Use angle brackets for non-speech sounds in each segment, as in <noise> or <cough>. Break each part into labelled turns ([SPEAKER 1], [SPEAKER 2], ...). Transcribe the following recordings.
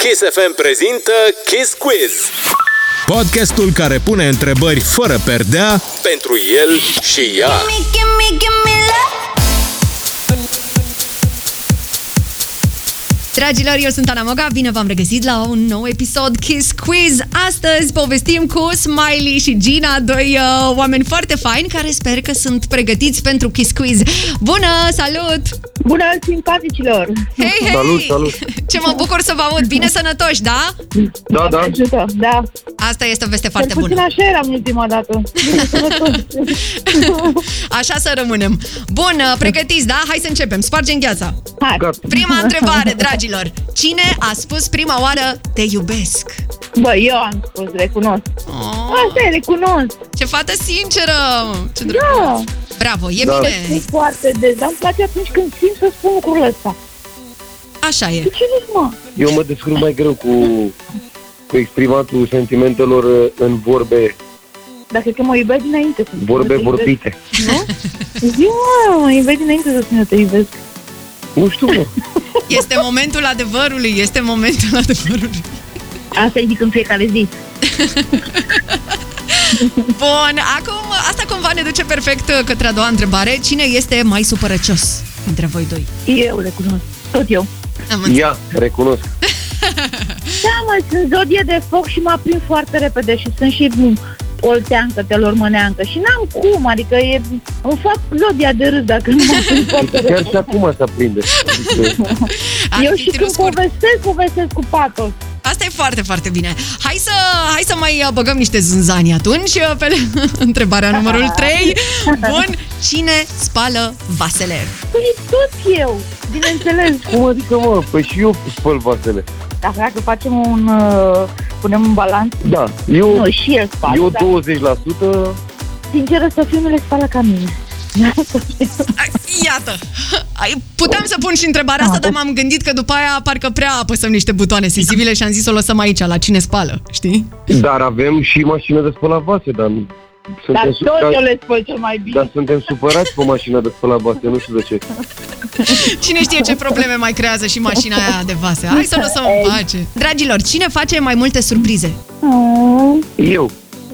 [SPEAKER 1] Kiss FM prezintă Kiss Quiz.
[SPEAKER 2] Podcastul care pune întrebări fără perdea
[SPEAKER 1] Pentru el și ea.
[SPEAKER 3] Dragilor, eu sunt Ana Moga, bine v-am regăsit la un nou episod Kiss Quiz. Astăzi povestim cu Smiley și Gina, doi uh, oameni foarte faini care sper că sunt pregătiți pentru Kiss Quiz. Bună, salut!
[SPEAKER 4] Bună, simpaticilor!
[SPEAKER 3] Hei, hei!
[SPEAKER 5] Salut, salut!
[SPEAKER 3] Ce mă bucur să vă aud! Bine sănătoși, da?
[SPEAKER 5] Da, da.
[SPEAKER 4] Ajută, da.
[SPEAKER 3] Asta este o veste
[SPEAKER 4] Cel
[SPEAKER 3] foarte
[SPEAKER 4] puțin
[SPEAKER 3] bună.
[SPEAKER 4] așa eram ultima
[SPEAKER 5] <laughs>
[SPEAKER 4] dată. Bine, sănătos.
[SPEAKER 3] Așa să rămânem. Bun, uh, pregătiți, da? Hai să începem. Spargem gheața.
[SPEAKER 4] Hai.
[SPEAKER 5] Gata.
[SPEAKER 3] Prima întrebare, dragilor. Cine a spus prima oară te iubesc?
[SPEAKER 4] Bă, eu am spus, recunosc.
[SPEAKER 3] Oh,
[SPEAKER 4] Asta e, recunosc.
[SPEAKER 3] ce fată sinceră! Ce
[SPEAKER 4] Da.
[SPEAKER 3] drăguț! Bravo, e
[SPEAKER 5] Da.
[SPEAKER 4] Nu
[SPEAKER 3] bine!
[SPEAKER 4] foarte des, dar îmi place atunci când simt să spun lucrul ăsta.
[SPEAKER 3] Așa e.
[SPEAKER 4] De ce nu, mă?
[SPEAKER 5] Eu mă descurc mai greu cu, cu exprimatul sentimentelor uh, în vorbe,
[SPEAKER 4] Dar cred că mă iubesc dinainte. să-
[SPEAKER 5] vorbe
[SPEAKER 4] să te iubesc.
[SPEAKER 5] vorbite.
[SPEAKER 4] Zi, mă, mă iubesc dinainte să spun eu te iubesc.
[SPEAKER 5] Nu știu, mă.
[SPEAKER 3] Este momentul adevărului, este momentul adevărului.
[SPEAKER 4] Asta îi zic în fiecare zi.
[SPEAKER 3] Bun, acum asta cumva ne duce perfect uh, către a doua întrebare. Cine este mai supărăcios dintre voi doi?
[SPEAKER 4] Eu recunosc. Tot eu.
[SPEAKER 3] Am înțeles.
[SPEAKER 5] Ia, recunosc.
[SPEAKER 4] Da, mă, sunt zodie de foc și m-a prins foarte repede și sunt și olteancă, telormăneancă și n-am cum, adică e, îmi fac zodia de râs dacă nu mă prins foarte repede.
[SPEAKER 5] Chiar și acum se aprinde. Adică,
[SPEAKER 3] Ar
[SPEAKER 4] Eu
[SPEAKER 3] fi
[SPEAKER 4] și
[SPEAKER 3] tirul
[SPEAKER 4] când
[SPEAKER 3] scurt.
[SPEAKER 4] povestesc, povestesc cu patos.
[SPEAKER 3] Asta e foarte, foarte bine. Hai să, hai să mai uh, băgăm niște zânzani atunci uh, pe <laughs> întrebarea numărul
[SPEAKER 4] <laughs>
[SPEAKER 3] 3. Bun, cine spală vasele?
[SPEAKER 4] Păi tot eu, bineînțeles. <laughs>
[SPEAKER 5] Cum adică, mă? Păi și eu spăl vasele.
[SPEAKER 4] Dacă, dacă facem un, uh, punem un balans,
[SPEAKER 5] Da, eu,
[SPEAKER 4] nu, și el spală,
[SPEAKER 5] eu
[SPEAKER 4] dar
[SPEAKER 5] 20%,
[SPEAKER 4] sinceră să fiu, nu le spală ca mine.
[SPEAKER 3] Ai, Iată! Ai- Puteam să pun și întrebarea
[SPEAKER 4] Da,
[SPEAKER 3] asta, dar m-am gândit că după aia parcă prea apăsăm niște butoane sensibile și am zis să o lăsăm aici, la cine spală, știi?
[SPEAKER 5] dar avem și mașină de spălat vase, dar nu-
[SPEAKER 4] Dar
[SPEAKER 5] suntem, su-
[SPEAKER 4] tot eu
[SPEAKER 5] dar,
[SPEAKER 4] le spăl cel mai bine.
[SPEAKER 5] dar suntem supărați cu mașina de spălat vase, nu știu de ce.
[SPEAKER 3] Cine știe ce probleme mai creează și mașina aia de vase. Hai să o lăsăm în pace. Dragilor, cine face mai multe surprize?
[SPEAKER 4] Mm,
[SPEAKER 5] Eu,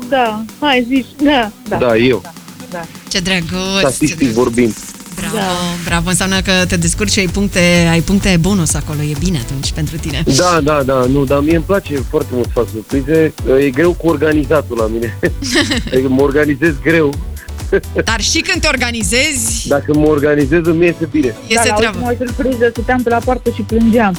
[SPEAKER 4] Da, hai zici, da, da.
[SPEAKER 5] da, eu,
[SPEAKER 4] da.
[SPEAKER 3] Ce drăguț! Ce
[SPEAKER 5] statistic
[SPEAKER 3] drăguț.
[SPEAKER 5] vorbind.
[SPEAKER 3] Bravo,
[SPEAKER 4] Da.
[SPEAKER 3] bravo, înseamnă că te descurci și ai puncte, ai puncte bonus acolo, e bine atunci pentru tine.
[SPEAKER 5] Da, da, da, nu, dar mie îmi place foarte mult să fac surprize. E greu cu organizatul la
[SPEAKER 3] <laughs>
[SPEAKER 5] mine. adică mă organizez greu.
[SPEAKER 3] Dar și când te organizezi,
[SPEAKER 5] Dacă mă organizez, îmi iese bine.
[SPEAKER 3] este
[SPEAKER 4] da, la
[SPEAKER 3] treabă.
[SPEAKER 4] ultima surpriză, stăteam pe la poartă și
[SPEAKER 3] <laughs>
[SPEAKER 4] plângeam.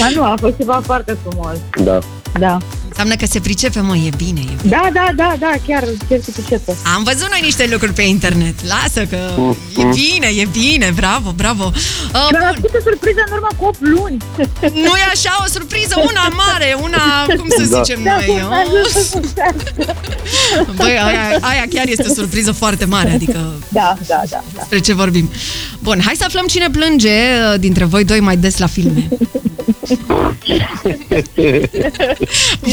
[SPEAKER 4] Dar nu, a fost ceva foarte frumos.
[SPEAKER 5] Da.
[SPEAKER 4] Da,
[SPEAKER 3] Înseamnă că se pricepe, mă, e bine, e bine.
[SPEAKER 4] da, da, da, da chiar, chiar se pricepe.
[SPEAKER 3] Am văzut noi niște lucruri pe internet. Lasă că e
[SPEAKER 4] Mm-hmm.
[SPEAKER 3] bine, e bine, bravo, bravo. Uh,
[SPEAKER 4] Mi-a
[SPEAKER 3] bun,
[SPEAKER 4] născut o surpriză în urmă cu 8 luni.
[SPEAKER 3] nu e așa o surpriză, una mare, una, cum să
[SPEAKER 5] Da.
[SPEAKER 3] zicem
[SPEAKER 4] <laughs> Da,
[SPEAKER 3] noi.
[SPEAKER 4] cum a
[SPEAKER 3] uh,
[SPEAKER 4] zis să vorbească.
[SPEAKER 3] Băi, aia, aia chiar este o surpriză foarte mare, adică
[SPEAKER 4] da, da, da, da.
[SPEAKER 3] despre ce vorbim. Bun, hai să aflăm cine plânge uh, dintre voi doi mai des la filme.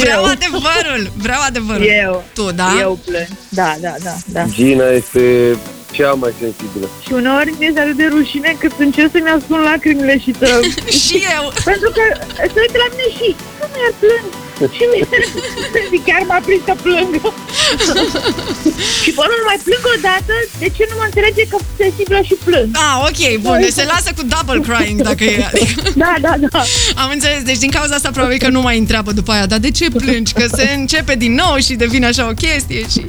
[SPEAKER 3] Vreau
[SPEAKER 4] Eu.
[SPEAKER 3] adevărul, vreau adevărul.
[SPEAKER 4] Eu.
[SPEAKER 3] Tu, da?
[SPEAKER 4] Eu plâng. Da, da, da, da.
[SPEAKER 5] <laughs> Gina este cea mai sensibilă.
[SPEAKER 4] Și uneori mi este atât de rușine cât încerc să-mi ascund lacrimile și să...
[SPEAKER 3] <laughs> Și eu.
[SPEAKER 4] Pentru că se uită la mine și nu mi-ar plâng. Și <laughs> mi chiar m-a prins să plâng. <laughs> și bă, nu mai plâng o dată, de ce nu mă înțelege că sunt sensibilă și plâng?
[SPEAKER 3] Ah, ok, bun, deci se lasă cu double crying dacă e. Adică,
[SPEAKER 4] Da, da, da.
[SPEAKER 3] am înțeles, deci din cauza asta probabil că nu mai întreabă după aia, dar de ce plângi? Că se începe din nou și devine așa o chestie și...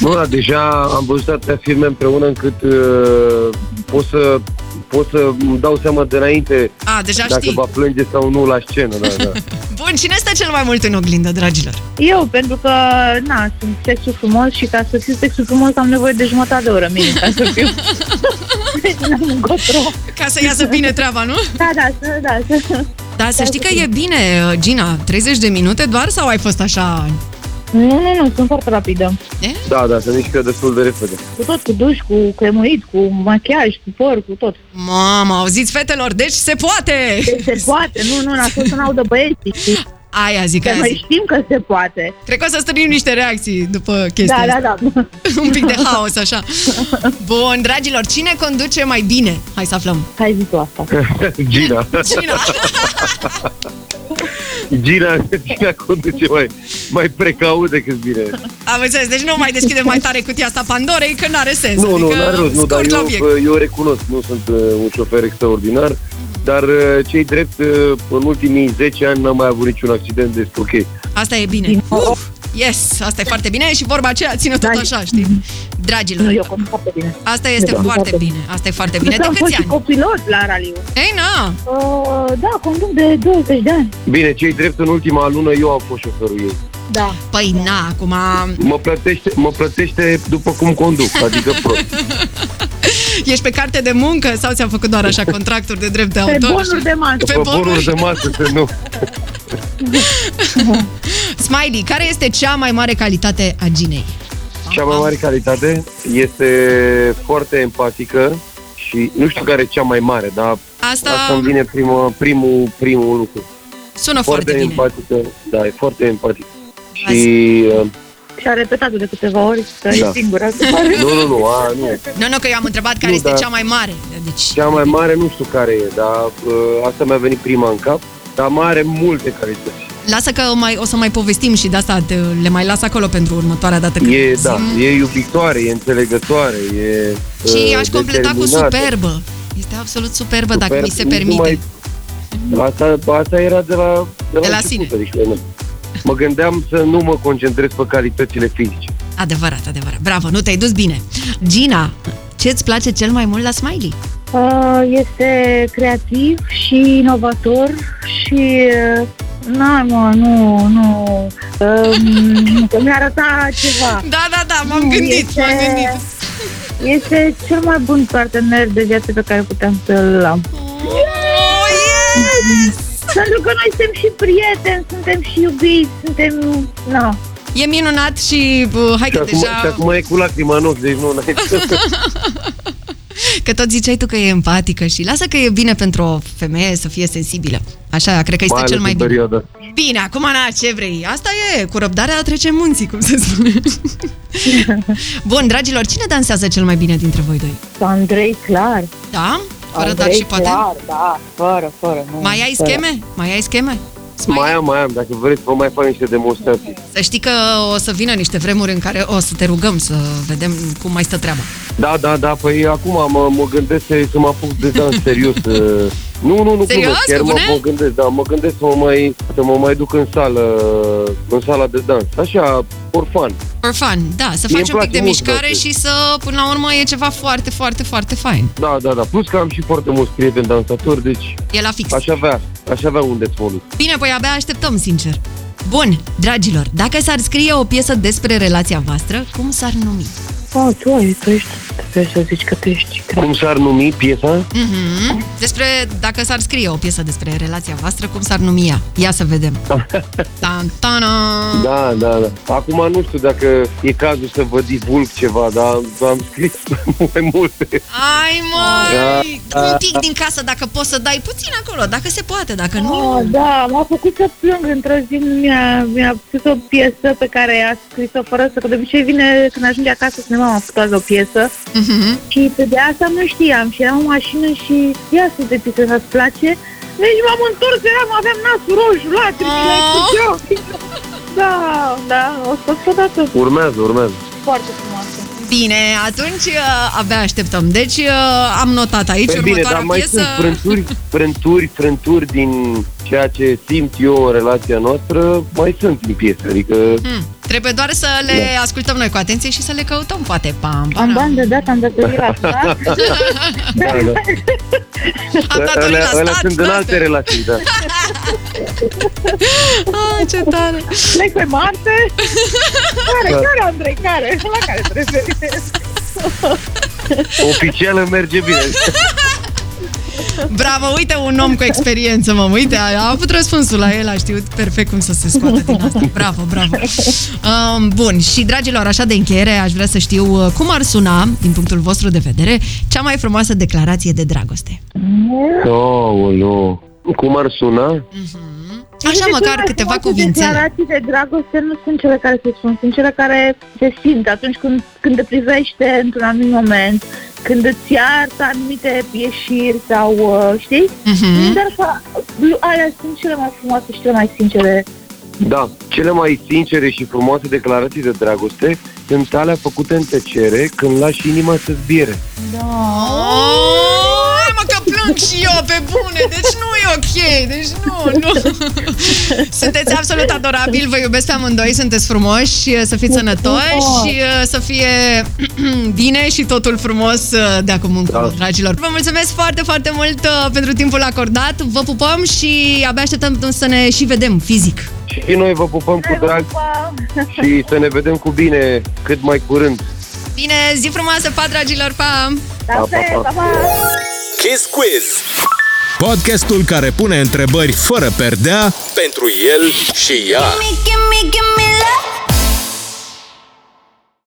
[SPEAKER 5] Nu, dar deja am văzut atâtea filme împreună încât uh, pot să pot să îmi dau seama de înainte
[SPEAKER 3] A, deja
[SPEAKER 5] dacă
[SPEAKER 3] știi.
[SPEAKER 5] va plânge sau nu la scenă. Da, da.
[SPEAKER 3] Bun, cine stă cel mai mult în oglindă, dragilor?
[SPEAKER 4] Eu, pentru că, na, sunt sexul frumos și ca să fiu sexul frumos am nevoie de jumătate de oră minim ca să fiu. Deci n-am încotro.
[SPEAKER 3] Ca să iasă bine treaba, nu?
[SPEAKER 4] Da, da, să, da, să.
[SPEAKER 3] Da, să știi că e bine, Gina, 30 de minute doar sau ai fost așa...
[SPEAKER 4] Nu, nu, nu, sunt foarte rapidă.
[SPEAKER 5] da, da, se mișcă destul de repede. <laughs>
[SPEAKER 4] Cu tot, cu duș, cu cremuit, cu machiaj, cu păr, cu tot.
[SPEAKER 3] Mama, auziți fetelor, deci se poate!
[SPEAKER 4] Deci se poate, nu, nu, n-a fost să n-audă băieții. știi?
[SPEAKER 3] Aia zic,
[SPEAKER 4] Că
[SPEAKER 3] aia
[SPEAKER 4] noi
[SPEAKER 3] zic.
[SPEAKER 4] știm că se poate.
[SPEAKER 3] Cred că o să strânim niște reacții după chestia
[SPEAKER 4] Da,
[SPEAKER 3] asta.
[SPEAKER 4] da, da. <laughs>
[SPEAKER 3] Un pic de haos, așa. Bun, dragilor, cine conduce mai bine? Hai să aflăm.
[SPEAKER 4] Hai zi tu asta.
[SPEAKER 3] <laughs>
[SPEAKER 5] Gina. <laughs>
[SPEAKER 3] Gina.
[SPEAKER 5] Gina, Gina conduce mai, mai precaut decât bine.
[SPEAKER 3] Am înțeles, deci nu mai deschidem mai tare cutia asta Pandorei, că n-are sens.
[SPEAKER 5] Nu, nu,
[SPEAKER 3] adică,
[SPEAKER 5] n-are rost, nu, dar
[SPEAKER 3] scurt la
[SPEAKER 5] eu,
[SPEAKER 3] obiect.
[SPEAKER 5] eu recunosc, nu sunt uh, un șofer extraordinar, dar uh, cei drept, uh, în ultimii 10 ani n-am mai avut niciun accident, deci ok.
[SPEAKER 3] Asta e bine. Da. Uf, yes, asta e foarte bine și vorba aceea ține tot
[SPEAKER 4] Dragi-
[SPEAKER 3] așa, știi?
[SPEAKER 4] Nu, eu
[SPEAKER 3] Dragilor,
[SPEAKER 4] conduc foarte bine.
[SPEAKER 3] asta este
[SPEAKER 5] Da.
[SPEAKER 3] foarte bine. Asta e foarte bine. Deci De
[SPEAKER 4] am fost
[SPEAKER 3] câți
[SPEAKER 4] și
[SPEAKER 3] ani?
[SPEAKER 4] copilot la raliu.
[SPEAKER 3] Ei, na!
[SPEAKER 4] Uh, da, conduc de 20 de ani.
[SPEAKER 5] Bine, cei drept, în ultima lună eu am fost șoferul ei.
[SPEAKER 4] Da.
[SPEAKER 3] Păi, na, acum...
[SPEAKER 5] Mă plătește, mă plătește după cum conduc, adică
[SPEAKER 3] <laughs>
[SPEAKER 5] prost.
[SPEAKER 3] <laughs> Ești pe carte de muncă sau ți-am făcut doar așa contracturi de drept de
[SPEAKER 4] Pe
[SPEAKER 3] autor?
[SPEAKER 4] bonuri de masă.
[SPEAKER 3] Pe
[SPEAKER 5] Pe
[SPEAKER 3] bonuri.
[SPEAKER 5] bonuri de masă să nu.
[SPEAKER 3] Smiley, care este cea mai mare calitate a Ginei?
[SPEAKER 5] Cea mai mare calitate este foarte empatică și nu știu care e cea mai mare, dar
[SPEAKER 3] Asta,
[SPEAKER 5] asta îmi vine primul, primul, primul lucru.
[SPEAKER 3] sună foarte,
[SPEAKER 5] foarte
[SPEAKER 3] bine.
[SPEAKER 5] empatică, da, e foarte empatică.
[SPEAKER 3] Hai
[SPEAKER 5] Și, uh,
[SPEAKER 4] Și a repetat-o de câteva ori că
[SPEAKER 5] Da.
[SPEAKER 4] e singura. se pare.
[SPEAKER 5] nu, nu, nu, a, nu.
[SPEAKER 3] Nu, nu, că eu am întrebat care
[SPEAKER 5] Nu,
[SPEAKER 3] este
[SPEAKER 5] dar-
[SPEAKER 3] cea mai mare. Deci,
[SPEAKER 5] Cea mai mare nu știu care e, dar uh, asta mi-a venit prima în cap, dar mai are multe calități.
[SPEAKER 3] lasă că mai, o să mai povestim și de asta te, le mai las acolo pentru următoarea dată. când
[SPEAKER 5] E, da,
[SPEAKER 3] zim.
[SPEAKER 5] e iubitoare, e înțelegătoare, e
[SPEAKER 3] Și
[SPEAKER 5] uh,
[SPEAKER 3] aș completa cu
[SPEAKER 5] determinată.
[SPEAKER 3] superbă. Este absolut superbă, dacă
[SPEAKER 5] Super-
[SPEAKER 3] mi se
[SPEAKER 5] nici nu
[SPEAKER 3] permite. Mai...
[SPEAKER 5] Mai... Asta, asta era de la, de la,
[SPEAKER 3] De la
[SPEAKER 5] început, Adică, nu. Mă gândeam să nu mă concentrez pe calitățile fizice.
[SPEAKER 3] Adevărat, adevărat. Bravo, nu te-ai dus bine. Gina, ce-ți place cel mai mult la Smiley?
[SPEAKER 4] Uh, Este creativ și inovator și... uh, Na, mă, nu, nu... Um, că mi-a arătat ceva.
[SPEAKER 3] Da, da, da,
[SPEAKER 5] Mm,
[SPEAKER 4] Nu, este- Este cel mai bun partener de viață pe care putem să-l am.
[SPEAKER 3] Oh, yes!
[SPEAKER 4] Pentru că noi suntem și prieteni, suntem și iubiți, suntem... No.
[SPEAKER 3] E minunat și bă, hai
[SPEAKER 5] Și
[SPEAKER 3] că
[SPEAKER 5] acum, și
[SPEAKER 3] deja,
[SPEAKER 5] acum e cu lacrima în ochi, deci
[SPEAKER 3] <laughs>
[SPEAKER 5] nu n-ai
[SPEAKER 3] că tot ziceai tu că e empatică și lasă că e bine pentru o femeie să fie sensibilă. Așa, cred că este
[SPEAKER 5] ales
[SPEAKER 3] cel mai
[SPEAKER 5] în
[SPEAKER 3] bine.
[SPEAKER 5] perioada.
[SPEAKER 3] Bine, acum, na, ce vrei? Asta e, cu răbdarea trece munții, cum se spune. Bun, dragilor, cine dansează cel mai bine dintre voi doi?
[SPEAKER 4] Andrei, clar.
[SPEAKER 3] Da? Fără
[SPEAKER 4] Andrei,
[SPEAKER 3] dar și poate?
[SPEAKER 4] clar, da, fără, fără. Nu,
[SPEAKER 3] Mai ai
[SPEAKER 4] fără.
[SPEAKER 3] scheme? Mai ai scheme? Smiley?
[SPEAKER 5] Mai am, mai am, dacă vreți vă mai fac niște demonstrații.
[SPEAKER 3] Să știi că o să vină niște vremuri în care o să te rugăm să vedem cum mai stă treaba.
[SPEAKER 5] Da, da, da, păi acum mă, mă gândesc să, să mă apuc de dans <laughs> serios. uh, Nu, nu, nu,
[SPEAKER 3] Serios?
[SPEAKER 5] glumesc, chiar
[SPEAKER 3] Pe
[SPEAKER 5] mă,
[SPEAKER 3] bune?
[SPEAKER 5] mă gândesc, da, mă gândesc să mă mai, să mă mai duc în sală, în sala de dans. Așa, orfan.
[SPEAKER 3] For fun, da, să
[SPEAKER 5] Mie
[SPEAKER 3] faci
[SPEAKER 5] îmi
[SPEAKER 3] un pic
[SPEAKER 5] place
[SPEAKER 3] de
[SPEAKER 5] mult
[SPEAKER 3] mișcare
[SPEAKER 5] dansul.
[SPEAKER 3] și să, până la urmă, e ceva foarte, foarte, foarte fain.
[SPEAKER 5] Da, da, da. Plus că am și foarte mulți prieteni dansatori, deci
[SPEAKER 3] E la fix.
[SPEAKER 5] aș avea, aș avea unde să mă duc.
[SPEAKER 3] Bine, păi abia așteptăm, sincer. Bun, dragilor, dacă s-ar scrie o piesă despre relația voastră, cum s-ar numi?
[SPEAKER 4] Oh, tu ai, tu ești, trebuie să zici că tu ești.
[SPEAKER 5] Cum s-ar numi piesa?
[SPEAKER 3] Mhm. Despre, dacă s-ar scrie o piesă despre relația voastră, cum s-ar numi ea? Ia să
[SPEAKER 5] <laughs>
[SPEAKER 3] vedem. Tan, tana.
[SPEAKER 5] Da, da, da. Acum nu știu dacă e cazul să vă divulg ceva, dar am scris <laughs> mai multe.
[SPEAKER 3] Ai, mai!
[SPEAKER 5] Da.
[SPEAKER 3] Un pic din casă, dacă poți să dai puțin acolo, dacă se poate, dacă nu...
[SPEAKER 5] Ah.
[SPEAKER 4] Oh, da, m-a făcut să plâng într-o zi, mi-a, mi-a pus o piesă pe care a scris-o fără să, că de obicei vine când ajunge acasă să ne mama făcut azi o piesă
[SPEAKER 3] Mhm.
[SPEAKER 4] și pe de asta nu știam și eram în mașină și ia să de piesă să-ți place. Deci m-am întors, eram, aveam nasul roșu, luat,
[SPEAKER 3] Oh.
[SPEAKER 4] oh. Da, da, o să o dată
[SPEAKER 5] Urmează, urmează.
[SPEAKER 4] foarte frumoasă.
[SPEAKER 3] Bine, atunci uh, abia așteptăm. Deci uh, am notat aici
[SPEAKER 5] Păi bine,
[SPEAKER 3] următoarea
[SPEAKER 5] dar mai
[SPEAKER 3] piesă.
[SPEAKER 5] sunt <laughs> frânturi, frânturi, frânturi din ceea ce simt eu în relația noastră, mai sunt în piese, adică...
[SPEAKER 3] Hmm. Trebuie doar să le
[SPEAKER 5] Da.
[SPEAKER 3] ascultăm noi cu atenție și să le căutăm, poate. Pam, pam.
[SPEAKER 4] Am bani de dat, am datorit la stat.
[SPEAKER 5] Da, da. <laughs>
[SPEAKER 3] Am dat
[SPEAKER 5] Alea-
[SPEAKER 3] la
[SPEAKER 5] alea
[SPEAKER 3] stat.
[SPEAKER 5] sunt în alte
[SPEAKER 3] astea.
[SPEAKER 5] relații, <laughs> da.
[SPEAKER 3] Ah, ce tare.
[SPEAKER 4] Plec pe Marte. Care,
[SPEAKER 5] Da.
[SPEAKER 4] care, Andrei, care? La care trebuie?
[SPEAKER 5] Oficială merge bine.
[SPEAKER 3] Bravo, uite un om cu experiență, mă, uite, a, a avut răspunsul la el, a știut perfect cum să se scoată din asta. Bravo, bravo. Um, bun, și dragilor, așa de încheiere, aș vrea să știu uh, cum ar suna, din punctul vostru de vedere, cea mai frumoasă declarație de dragoste.
[SPEAKER 5] Oh, nu. Cum ar suna?
[SPEAKER 3] Ar așa
[SPEAKER 4] Cred
[SPEAKER 3] Da,
[SPEAKER 4] că
[SPEAKER 3] măcar
[SPEAKER 4] cele mai
[SPEAKER 3] câteva
[SPEAKER 4] frumoase
[SPEAKER 3] cuvintele.
[SPEAKER 4] Declarații de dragoste nu sunt cele care se spun, sunt cele care se simt atunci când, când te privește într-un anumit moment, când îți iartă anumite ieșiri sau, uh, știi?
[SPEAKER 3] Mhm.
[SPEAKER 4] Dar ca, alea sunt cele mai frumoase și cele mai sincere.
[SPEAKER 5] Da, cele mai sincere și frumoase declarații de dragoste sunt alea făcute în tăcere când lași inima să zbiere.
[SPEAKER 3] Oh, mă că plâng și eu pe bune, deci nu e ok, deci nu, nu. Sunteți absolut adorabili, vă iubesc pe amândoi, sunteți frumoși, uh, să fiți sănătoși, uh, să fie <clears throat> bine și totul frumos uh, de acum încolo,
[SPEAKER 5] Da.
[SPEAKER 3] dragilor. Vă mulțumesc foarte, foarte mult uh, pentru timpul acordat, vă pupăm și abia așteptăm să ne și vedem fizic.
[SPEAKER 5] Și noi vă pupăm cu drag și să ne vedem cu bine cât mai curând.
[SPEAKER 3] Bine, zi frumoasă, pa, dragilor, pa!
[SPEAKER 4] Da,
[SPEAKER 5] Pa,
[SPEAKER 4] pa,
[SPEAKER 5] pa, pa.
[SPEAKER 4] pa, pa.
[SPEAKER 1] Kiss Quiz.
[SPEAKER 2] Podcastul care pune întrebări fără perdea
[SPEAKER 1] Pentru el și ea.
[SPEAKER 6] Gimme, gimme, gimme